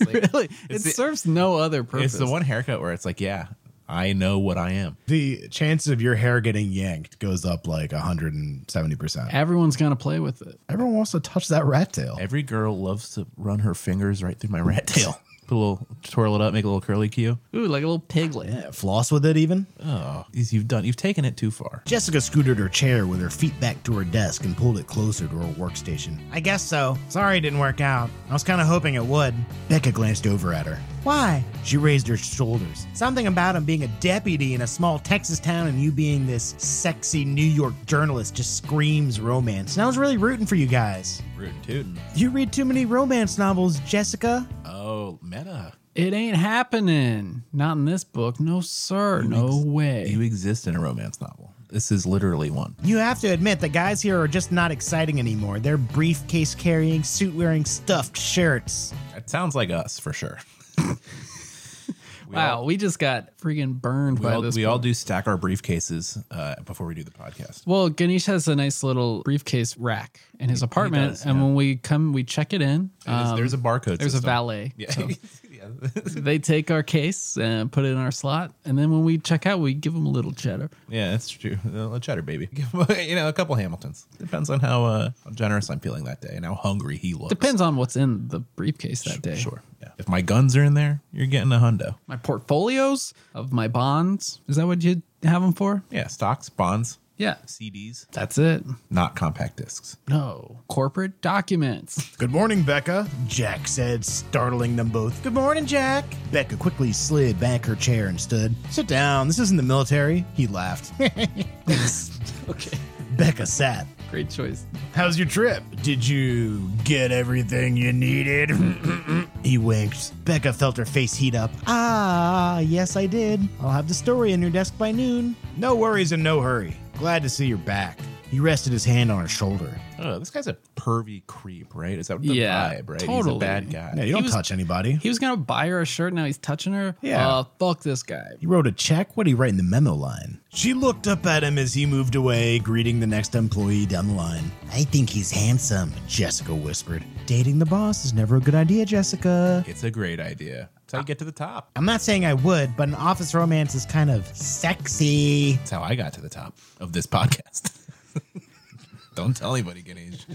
really, the- it serves no other purpose. It's the one haircut where it's like, yeah, I know what I am. The chance of your hair getting yanked goes up like 170%. Everyone's gonna play with it. Everyone wants to touch that rat tail. Every girl loves to run her fingers right through my rat tail. Put a little twirl it up, make a little curly cue. Ooh, like a little piglet. Yeah, Eh, floss with it even. Oh, you've done. You've taken it too far. Jessica scooted her chair with her feet back to her desk and pulled it closer to her workstation. I guess so. Sorry it didn't work out. I was kind of hoping it would. Becca glanced over at her. Why? She raised her shoulders. Something about him being a deputy in a small Texas town and you being this sexy New York journalist just screams romance. And I was really rooting for you guys. Rootin' tootin'. You read too many romance novels, Jessica. Oh, meta. It ain't happening. Not in this book. No, sir. No way. You exist in a romance novel. This is literally one. You have to admit the guys here are just not exciting anymore. They're briefcase carrying, suit wearing, stuffed shirts. It sounds like us for sure. Wow, we just got freaking burned We, by all, this. we book. all do stack our briefcases uh, before we do the podcast. Well, Ganesh has a nice little briefcase rack in his apartment, does, and yeah. when we come, we check it in. There's- Um, there's a barcode. there's a system. valet. Yeah. so Yeah. they take our case and put it in our slot, and then when we check out, we give them a little cheddar. Yeah, that's true. A cheddar baby. you know, a couple Hamiltons. Depends on how, uh, how generous I'm feeling that day and how hungry he looks. Depends on what's in the briefcase that day. Sure. Yeah. If my guns are in there, you're getting a hundo. My portfolios of my bonds. Is that what you have them for? Yeah, stocks, bonds, Yeah. CDs, That's it. not compact discs. No. Corporate documents. Good morning, Becca. Jack said, startling them both. Good morning, Jack. Becca quickly slid back her chair and stood. Sit down. This isn't the military. He laughed. Okay. Becca sat. Great choice. How's your trip? Did you get everything you needed? he winked. Becca felt her face heat up. Ah, yes, I did. I'll have the story in your desk by noon. No worries and no hurry. Glad to see you're back. He rested his hand on her shoulder. Oh, this guy's a pervy creep, right? Is that the Yeah, vibe, right? He's totally. a bad guy. Yeah, you don't was- touch anybody. He was going to buy her a shirt. Now he's touching her. Yeah. Uh, fuck this guy. He wrote a check. What did he write in the memo line? She looked up at him as he moved away, greeting the next employee down the line. I think he's handsome, Jessica whispered. Dating the boss is never a good idea, Jessica. It's a great idea. That's how you get to the top. I'm not saying I would, but an office romance is kind of sexy. That's how I got to the top of this podcast. don't tell anybody, Ganesh.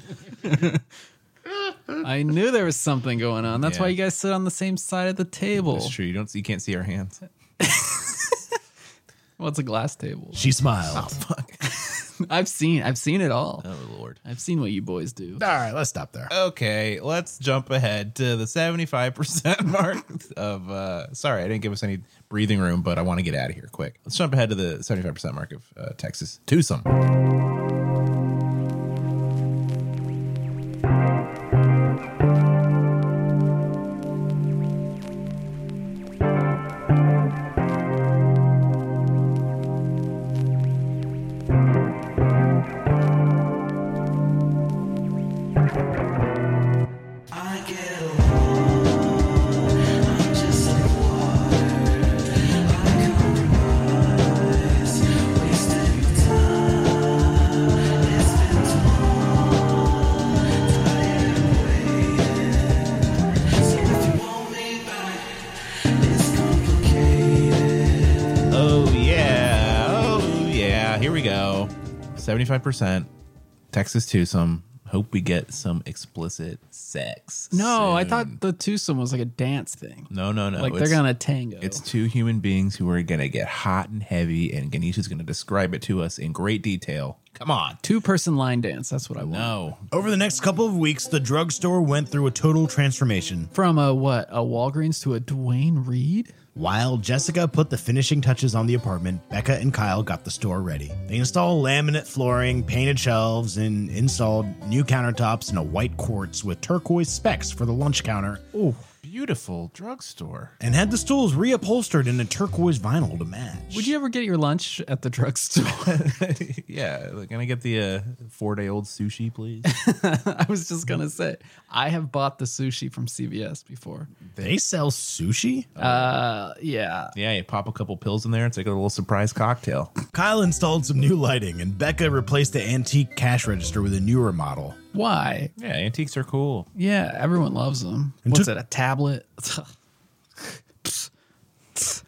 I knew there was something going on. That's Yeah. why you guys sit on the same side of the table. It's true. You don't. You can't see our hands. Well, it's a glass table. She Oh, smiled. Fuck. I've seen. I've seen it all. Oh lord. I've seen what you boys do. All right, let's stop there. Okay, let's jump ahead to the seventy-five percent mark of. Uh, sorry, I didn't give us any breathing room, but I want to get out of here quick. Let's jump ahead to the seventy-five percent mark of uh, Texas twosome. Oh yeah, oh yeah. Here we go. Seventy-five percent Texas twosome. Hope we get some explicit sex. No, I soon. thought the twosome was like a dance thing. No, no, no. like It's- they're gonna tango. It's two human beings who are going to get hot and heavy, and Ganesh is going to describe it to us in great detail. Oh, Come on. two person line dance. That's what I want. No. Over the next couple of weeks, the drugstore went through a total transformation. From a what? A Walgreens to a Dwayne Reed? While Jessica put the finishing touches on the apartment, Becca and Kyle got the store ready. They installed laminate flooring, painted shelves, and installed new countertops and a white quartz with turquoise specks for the lunch counter, Beautiful drugstore. and had the stools reupholstered in a turquoise vinyl to match. Would you ever get your lunch at the drugstore? yeah. like, Can I get the uh, four day old sushi, please? I was just gonna say I have bought the sushi from CVS before. they sell sushi? Uh, yeah. yeah. You pop a couple pills in there. It's like a little surprise cocktail. Kyle installed some new lighting, and Becca replaced the antique cash register with a newer model. Why? Yeah. Antiques are cool. Yeah, everyone loves them. And What's took- it? A tablet?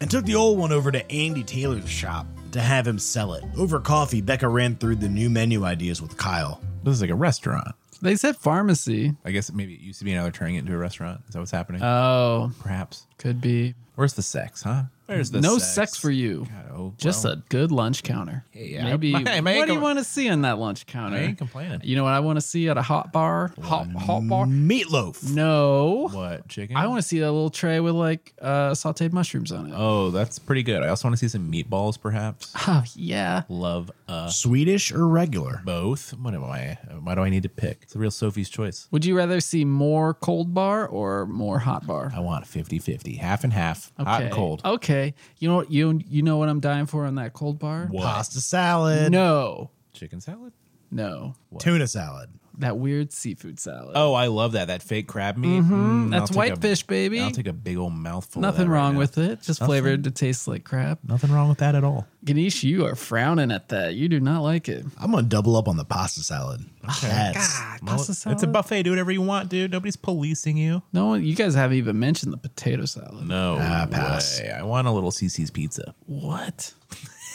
and took the old one over to Andy Taylor's shop to have him sell it. Over coffee, Becca ran through the new menu ideas with Kyle. This is like a restaurant. they said pharmacy. Uh, I guess maybe it used to be now they're turning it into a restaurant. Is that what's happening? Oh, Perhaps. could be. Where's the sex, huh? Where's the no sex. for you. oh, Just a good lunch counter. Yeah, Maybe. I- I may what do you go- want to see on that lunch counter? ain't complaining. You know what I want to see at a hot bar? Hot, hot bar? Meatloaf. No. what chicken? I want to see a little tray with like uh, sauteed mushrooms on it. Oh, Oh, that's pretty good. I also want to see some meatballs, perhaps. yeah. Love uh Swedish or regular? both. What am I? Why do I need to pick? It's a real Sophie's choice. Would you rather see more cold bar or more hot bar? I want 50-50, half and half, hot and cold. Okay. Oh. You know what you you know what I'm dying for on that cold bar? What? Pasta salad. No. Chicken salad. No. Tuna salad. That weird seafood salad. Oh, I love that. That fake crab meat. Mm, Mm-hmm. That's I'll take a- whitefish, baby. I'll take a big old mouthful. Nothing wrong with it. Just Nothing. flavored to taste like crap. Nothing wrong with that at all. Ganesh, you are frowning at that. You do not like it. I'm gonna double up on the pasta salad. That's Ah, Well, pasta salad? It's a buffet. Do whatever you want, dude. Nobody's policing you. No one, you guys haven't even mentioned the potato salad. No pass. way. Ah, I want a little CC's pizza. What?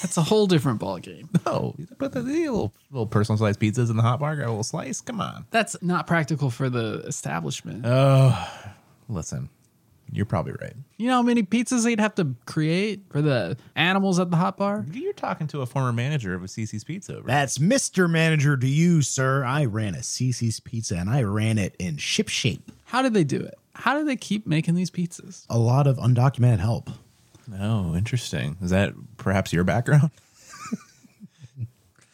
That's a whole different ballgame. No, put the, the little little personal sized pizzas in the hot bar. Got a little slice. Come on. That's not practical for the establishment. Oh. Listen, you're probably right. you know how many pizzas they'd have to create for the animals at the hot bar? You're talking to a former manager of a CC's Pizza. Right? that's Mr. Manager to you, sir. I ran a CC's Pizza and I ran it in ship shape. How did they do it? How did they keep making these pizzas? A lot of undocumented help. Oh, interesting. Is that perhaps your background?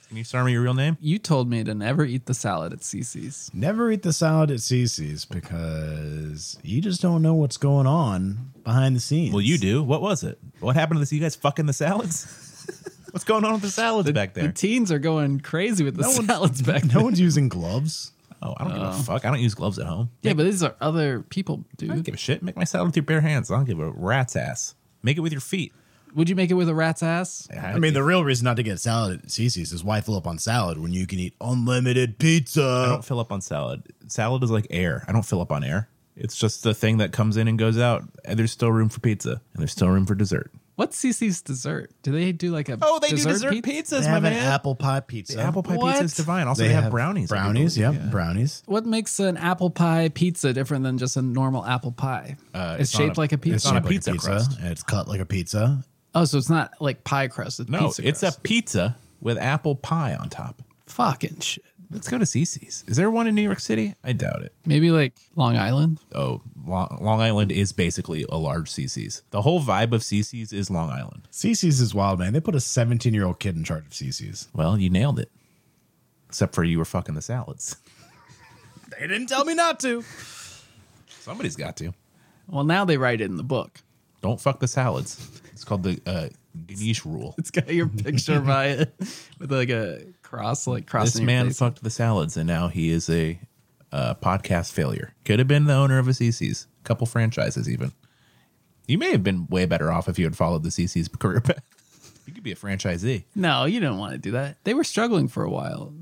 Can you start me your real name? You told me to never eat the salad at CC's. Never eat the salad at CC's because you just don't know what's going on behind the scenes. Well, you do. What was it? What happened to this? You guys fucking the salads? What's going on with the salads back The there? teens are going crazy with the one- salads back No now. one's using gloves. oh, I don't give a fuck. I don't use gloves at home. Yeah, but these are other people, I don't give dude. a shit. Make my salad with your bare hands. I don't give a rat's ass. Make it with your feet. Would you make it with a rat's ass? I mean, the real reason not to get salad at CC's is why fill up on salad when you can eat unlimited I pizza. don't fill up on salad. Salad is like air. I don't fill up on air. It's just the thing that comes in and goes out. And there's still room for pizza, and there's still room for dessert. What's CC's dessert? Do they do like a Oh, they dessert do dessert pizza? pizzas, They my have an man. apple pie pizza. The apple pie What? pizza is divine. Also, they, have, brownies. I Brownies, believe. yep, brownies. What makes an apple pie pizza different than just a normal apple pie? Uh, it's, it's not shaped a- like a pizza. it's not a shaped like pizza crust. and It's cut like a pizza. oh, so it's not like pie crust. It's No, pizza it's crust. a pizza with apple pie on top. fucking shit. Let's go to CC's. Is there one in New York City? I doubt it. Maybe like Long Island. Oh, Long, Long Island is basically a large CC's. The whole vibe of CC's is Long Island. CC's is wild, man. They put a 17 year old kid in charge of CC's. Well, you nailed it. Except for you were fucking the salads. They didn't tell me not to. Somebody's got to. Well, now they write it in the book. Don't fuck the salads. It's called the uh, Ganesh rule. It's got your picture by it with like a cross, like This crossing. your man face. fucked the salads, and now he is a uh, podcast failure. Could have been the owner of a CC's, couple franchises even. You may have been way better off if you had followed the CC's career path. You could be a franchisee. No, you don't want to do that. They were struggling for a while.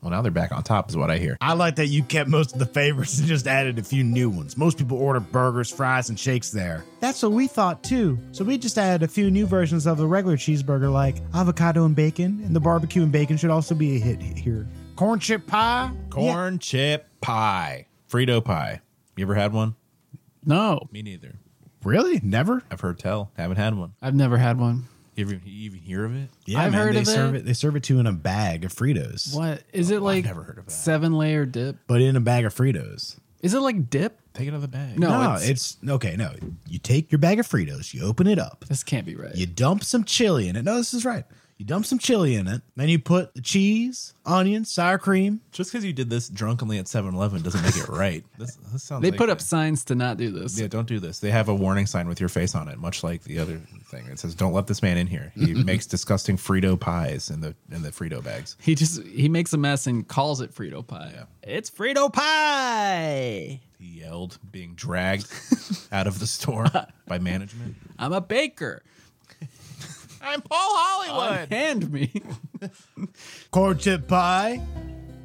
Well, now they're back on top, is what I hear. I like that you kept most of the favorites and just added a few new ones. Most people order burgers, fries, and shakes there. That's what we thought too. So we just added a few new versions of the regular cheeseburger, like avocado and bacon, and the barbecue and bacon should also be a hit here. Corn chip pie? Corn chip pie, Frito pie. You ever had one? No, Me neither. Really? Never? I've heard tell. Haven't had one. I've never had one. You ever you even hear of it? Yeah, I've heard they of serve it. it. They serve it to you in a bag of Fritos. What is it like? Oh, never heard of that. Seven layer dip. But in a bag of Fritos. Is it like dip? Take it out of the bag. No, no, it's, it's, okay. No, you take your bag of Fritos, you open it up, this can't be right. you dump some chili in it. No, this is right. You dump some chili in it, then you put the cheese, onion, sour cream. Just because you did this drunkenly at 7 Eleven doesn't make it right. this, this sounds They like put a- up signs to not do this. Yeah, don't do this. They have a warning sign with your face on it, much like the other thing. It says, "Don't let this man in here. He makes disgusting Frito pies in the in the Frito bags." He just he makes a mess and calls it Frito pie. It's Frito pie. He yelled, being dragged out of the store by management. I'm a baker. I'm Paul Hollywood. Hand me. Corn chip pie.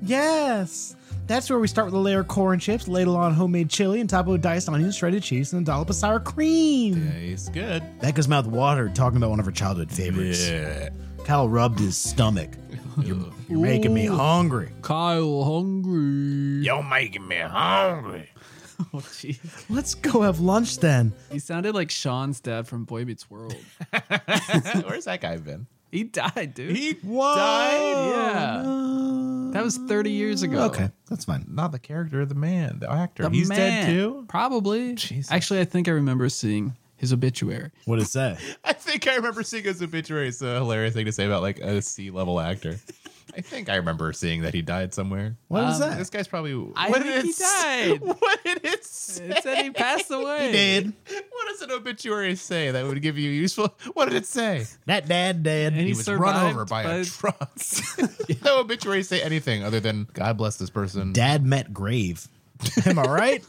Yes. That's where we start with a layer of corn chips, ladle on homemade chili, and top it with diced onions, shredded cheese, and a dollop of sour cream. Tastes good. Becca's mouth watered talking about one of her childhood favorites. Yeah. Kyle rubbed his stomach. You're, you're making me hungry. Kyle hungry. You're making me hungry. Oh, jeez. Let's go have lunch then. He sounded like Sean's dad from Boy Meets World. Where's that guy been? He died, dude. He died. yeah. That was 30 years ago. Okay, Oh. that's fine. Not the character, the man, the actor. The He's man. dead too. Probably. Jesus. Actually, I think I remember seeing his obituary. What is that? I think I remember seeing his obituary. It's a uh, hilarious thing to say about like a C level actor. I think I remember seeing that he died somewhere. What was that? This guy's probably. Um, I what think did he it died. s- What did it say? It said he passed away. Dad. What does an obituary say that would give you useful? What did it say? That dad dead. And he, He was survived run over by, by- a truck. no obituary say anything other than God bless this person. Dad met grave. Am I right?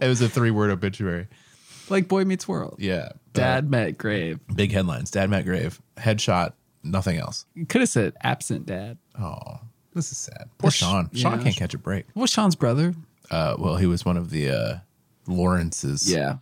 It was a three word obituary. like Boy Meets World. Yeah. Dad met grave. Uh, big headlines. Dad Matt Grave. Headshot. Nothing else. Could have said absent dad. Oh, this is sad. Poor Sean. yeah. Sean can't catch a break. Well, Sean's brother. Uh, well, he was one of the uh, Lawrences. Yeah.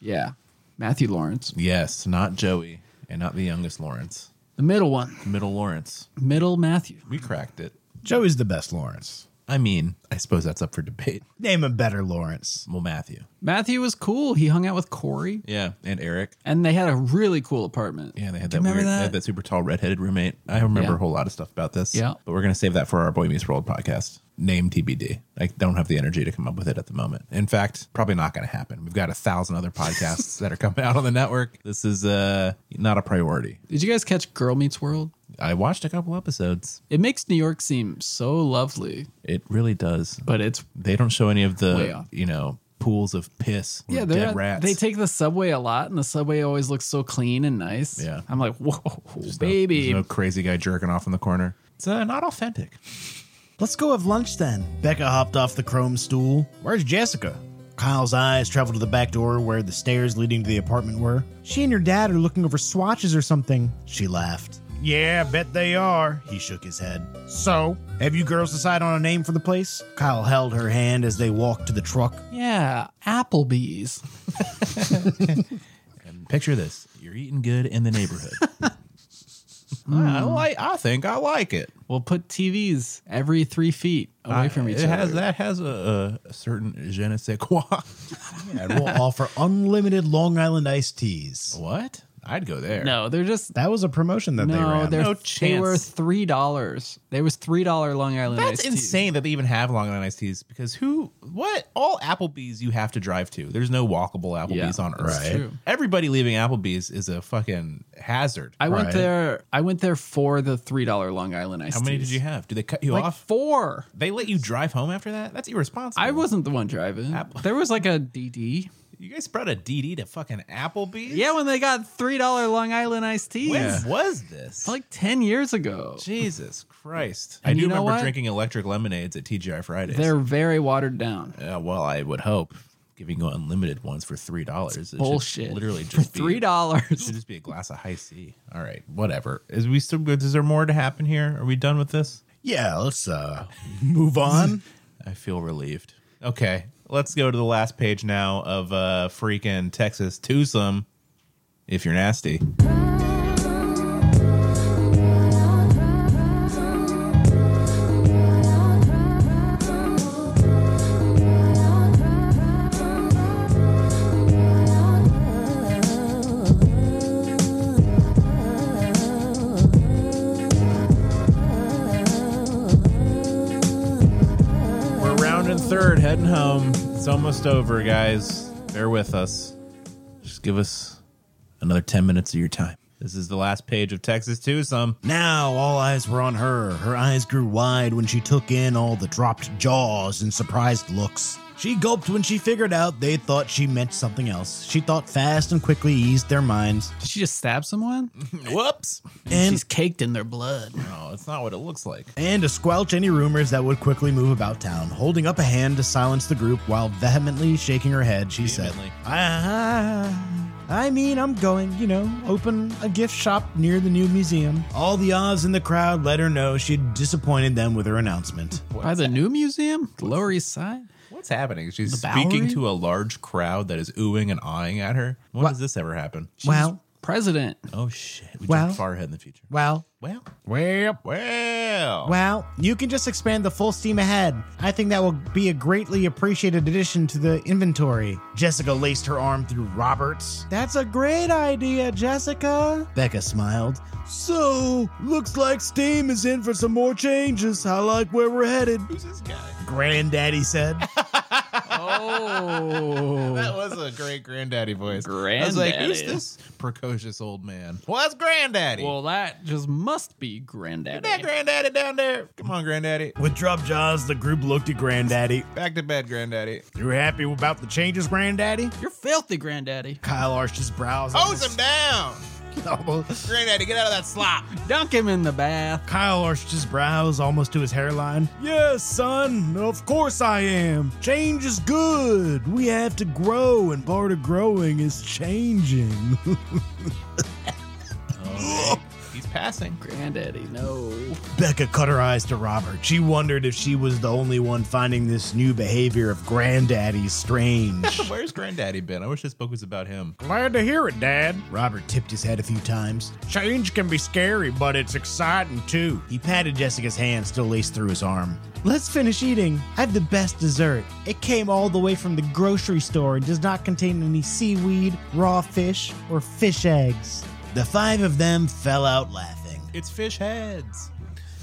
Yeah. Matthew Lawrence. Yes, not Joey and not the youngest Lawrence. The middle one. Middle Lawrence. Middle Matthew. We cracked it. Joey's the best Lawrence. I mean, I suppose that's up for debate. Name a better Lawrence. Well, Matthew. Matthew was cool. He hung out with Corey. Yeah, and Eric. And they had a really cool apartment. Yeah, they had Do you that remember weird, They that? had that super tall redheaded roommate. I remember Yeah. a whole lot of stuff about this. Yeah. but we're gonna save that for our Boy Meets World podcast. Name TBD. I don't have the energy to come up with it at the moment. In fact, probably not gonna happen. We've got a thousand other podcasts that are coming out on the network. This is uh not a priority. Did you guys catch Girl Meets World? I watched a couple episodes. It makes New York seem so lovely, It really does. but it's They don't show any of Way the off. you know pools of piss. Or yeah, they're dead at- rats. they take the subway a lot, and the subway always looks so clean and nice. Yeah. I'm like, whoa, There's no- baby. there's no crazy guy jerking off in the corner. It's uh, not authentic. Let's go have lunch then. Becca hopped off the chrome stool. Where's Jessica? Kyle's eyes traveled to the back door where the stairs leading to the apartment were. She and your dad are looking over swatches or something. She laughed. Yeah, bet they are. He shook his head. So, have you girls decided on a name for the place? Kyle held her hand as they walked to the truck. yeah, Applebee's. Picture this: you're eating good in the neighborhood. I, Hmm. like. I think I like it. We'll put TVs every three feet away from each it other. has that has a, a certain je ne sais quoi. And we'll offer unlimited Long Island iced teas. what? I'd go there. No, they're just That was a promotion that they no. ran. They are No they were chance. three dollars. They was three dollar Long Island. That's iced teas. insane that they even have Long Island iced teas because who, what, all Applebee's you have to drive to. There's no walkable Applebee's Yeah, on that's earth. true. Everybody leaving Applebee's is a fucking hazard. I went Right. there. I went there for the three dollar Long Island iced How many teas. did you have? Do they cut you Like off? four. They let you drive home after that? That's irresponsible. I wasn't the one driving. Apple- There was like a DD. You guys brought a DD to fucking Applebee's? Yeah, when they got three dollar Long Island iced teas, When was this? like ten years ago. Jesus Christ. And I do you know remember what? drinking electric lemonades at TGI Fridays. They're very watered down. Uh, well, I would hope giving you unlimited ones for three dollars. Bullshit. Literally for just be- three It dollars. should just be a glass of high C. All right, whatever. Is we still? Is there more to happen here? Are we done with this? yeah, let's uh move on. I feel relieved. Okay, let's go to the last page now of uh freaking Texas twosome. If you're nasty, we're rounding third, heading home. It's almost over, guys. Bear with us. Just give us another ten minutes of your time. This is the last page of Texas twosome. Now all eyes were on her. Her eyes grew wide when she took in all the dropped jaws and surprised looks. She gulped when she figured out they thought she meant something else. She thought fast and quickly eased their minds. Did she just stab someone? Whoops. And She's caked in their blood. No, Oh, it's not what it looks like. and to squelch any rumors that would quickly move about town, holding up a hand to silence the group while vehemently shaking her head, she Vehemently. said, "Ah." Uh, I mean, I'm going, you know, open a gift shop near the new museum. All the odds in the crowd let her know she'd disappointed them with her announcement. By the new museum, the Lower East Side. What's happening? She's Bowery? speaking to a large crowd that is oohing and eyeing at her. When Wha- does this ever happen? well, president. Oh shit. We jumped Well- far ahead in the future. Well, Well, Well, well, well, you can just expand the full steam ahead. I think that will be a greatly appreciated addition to the inventory. Jessica laced her arm through Robert's. That's a great idea, Jessica. Becca smiled. So, looks like Steam is in for some more changes. I like where we're headed. Who's this guy? Granddaddy said. Oh, That was a great granddaddy voice. I was like, Granddaddy. who's this precocious old man? Well, that's granddaddy. well, that just must be granddaddy. that granddaddy down there. Come on, granddaddy. With drop jaws, the group looked at Granddaddy. Back to bed, granddaddy. You happy about the changes, Granddaddy? You're filthy, granddaddy. Kyle arched his brows. Hose him down. almost, Granddaddy, get out of that slop. Dunk him in the bath. Kyle arched his brows almost to his hairline. Yes, son, of course I am. Change is good. We have to grow, and part of growing is changing. Oh. He's passing. Granddaddy, no. Becca cut her eyes to Robert. She wondered if she was the only one finding this new behavior of Granddaddy strange. Where's granddaddy been? I wish this book was about him. glad to hear it, Dad. Robert tipped his head a few times. Change can be scary, but it's exciting too. He patted Jessica's hand, still laced through his arm. Let's finish eating. I have the best dessert. It came all the way from the grocery store and does not contain any seaweed, raw fish, or fish eggs. The five of them fell out laughing. It's fish heads.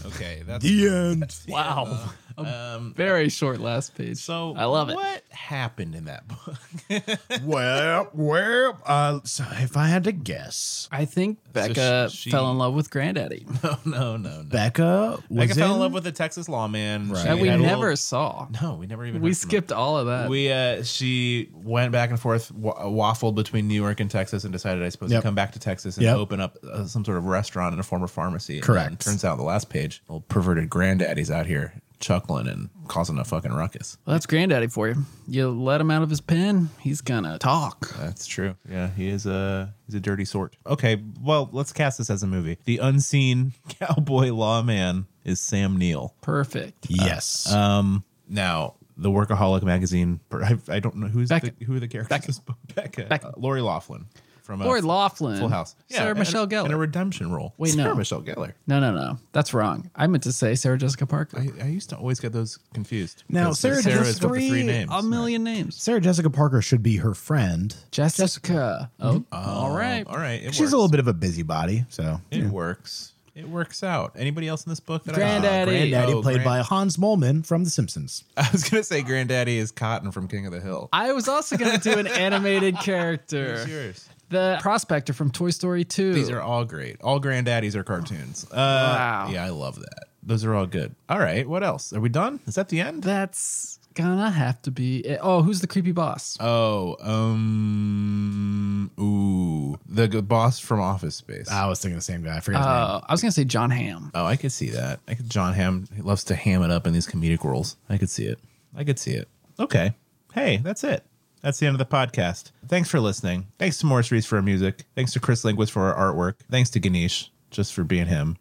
Okay, that's The end. Wow. um. Very short last page. So I love it. What happened in that book? well, well, uh, so if I had to guess, I think Becca she- fell in love with granddaddy no, no, no, no. Becca was Becca fell in in- love with a Texas lawman. She that we had a never little- saw. no, we never even. We heard from him. skipped all of that. We uh, she went back and forth, wa uh, waffled between New York and Texas, and decided I suppose Yep. to come back to Texas and Yep. open up uh, some sort of restaurant and a former pharmacy. And Correct. turns out the last page, old perverted granddaddy's out here chuckling and causing a fucking ruckus. well, that's granddaddy for you. You let him out of his pen, he's gonna talk. That's true. Yeah, he is a he's a dirty sort. Okay, well let's cast this as a movie. The unseen cowboy lawman is Sam Neill. Perfect. Yes. Um, now the Workaholic magazine. per- I, I don't know who's Becca. the, who are the characters. in this book? Becca, Becca. Uh, Lori Laughlin from uh, Lori Laughlin. Full House. Sarah and- Michelle and- Gellar. in a redemption role. Wait, Sarah no. Michelle Gellar. No, no, no. That's wrong. I meant to say Sarah Jessica Parker. I, I used to always get those confused. Now, Because Sarah Sarah's got the Jessica- three names. a million names. Sarah Jessica Parker should be her friend. Jessica. Oh, all right. All right, it She's works. a little bit of a busybody, so. It works. It works out. Anybody else in this book? That Granddaddy. I, Hey, Granddaddy oh, played grand- by Hans Molman from The Simpsons. I was gonna say Granddaddy is Cotton from King of the Hill. I was also going to do an animated Who's character. yours? The prospector from Toy Story 2. These are all great. All granddaddies are cartoons. Uh, Wow. Yeah, I love that. Those are all good. All right, what else? Are we done? Is that the end? That's going to have to be. It. Oh, who's the creepy boss? Oh, um, ooh, the g- boss from Office Space. I was thinking the same guy. I forgot his name. Uh, I was going to say John Hamm. Oh, I could see that. I could. John Hamm he loves to ham it up in these comedic roles. I could see it. I could see it. Okay. Hey, that's it. That's the end of the podcast. Thanks for listening. Thanks to Morris Reese for our music. Thanks to Chris Linguist for our artwork. Thanks to Ganesh just for being him.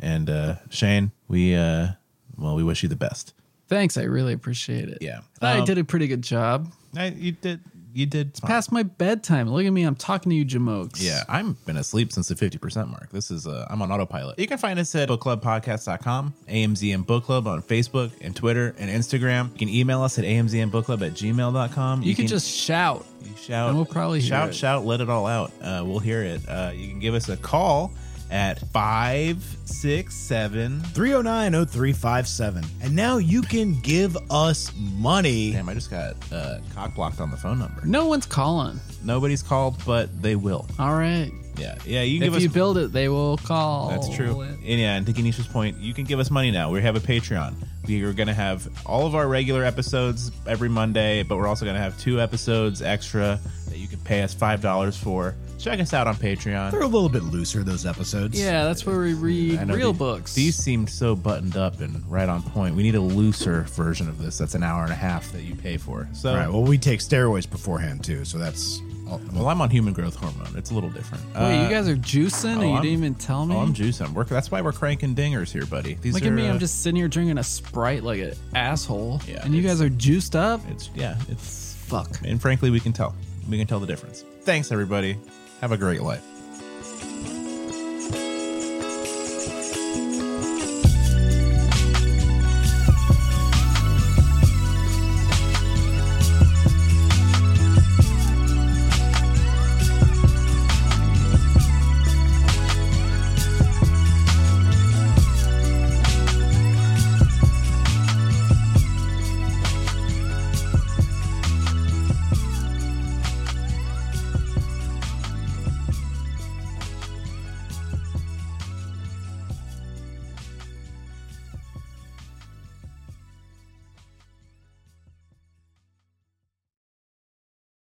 And uh, Shane, we uh, well, we wish you the best. Thanks. I really appreciate it. Yeah. I thought I Um, did a pretty good job. I, you did. You did. fine. Past my bedtime. Look at me. I'm talking to you, Jamokes. Yeah, I've been asleep since the 50% mark. This is, uh, I'm on autopilot. You can find us at bookclubpodcast.com, AMZM Book Club on Facebook and Twitter and Instagram. You can email us at amzmbookclub at gmail.com. You, can, just shout. you shout. and we'll probably hear shout, it. shout, let it all out. Uh, we'll hear it. Uh, you can give us a call at 567. 309 0357. And now you can give us money. Damn, I just got uh, cock blocked on the phone number. No one's calling. Nobody's called, but they will. All right. Yeah, yeah. You can give If us you build it, they will call. That's true. it. And yeah, and to Ganesha's point, you can give us money now. We have a Patreon. We are going to have all of our regular episodes every Monday, but we're also going to have two episodes extra that you can pay us $5 for. Check us out on Patreon. They're a little bit looser, those episodes. Yeah, that's where we I read know real these- books. These seemed so buttoned up and right on point. We need a looser version of this that's an hour and a half that you pay for. So, All right. Well, we take steroids beforehand, too, so that's. well, I'm on human growth hormone. It's a little different. Wait, Uh, you guys are juicing and you I'm- didn't even tell me? Oh, I'm juicing. We're, that's why we're cranking dingers here, buddy. These Look are, at me, uh, I'm just sitting here drinking a Sprite like an asshole. Yeah, and you it's- guys are juiced up? It's yeah. It's Fuck. and frankly we can tell we can tell the difference thanks everybody have a great life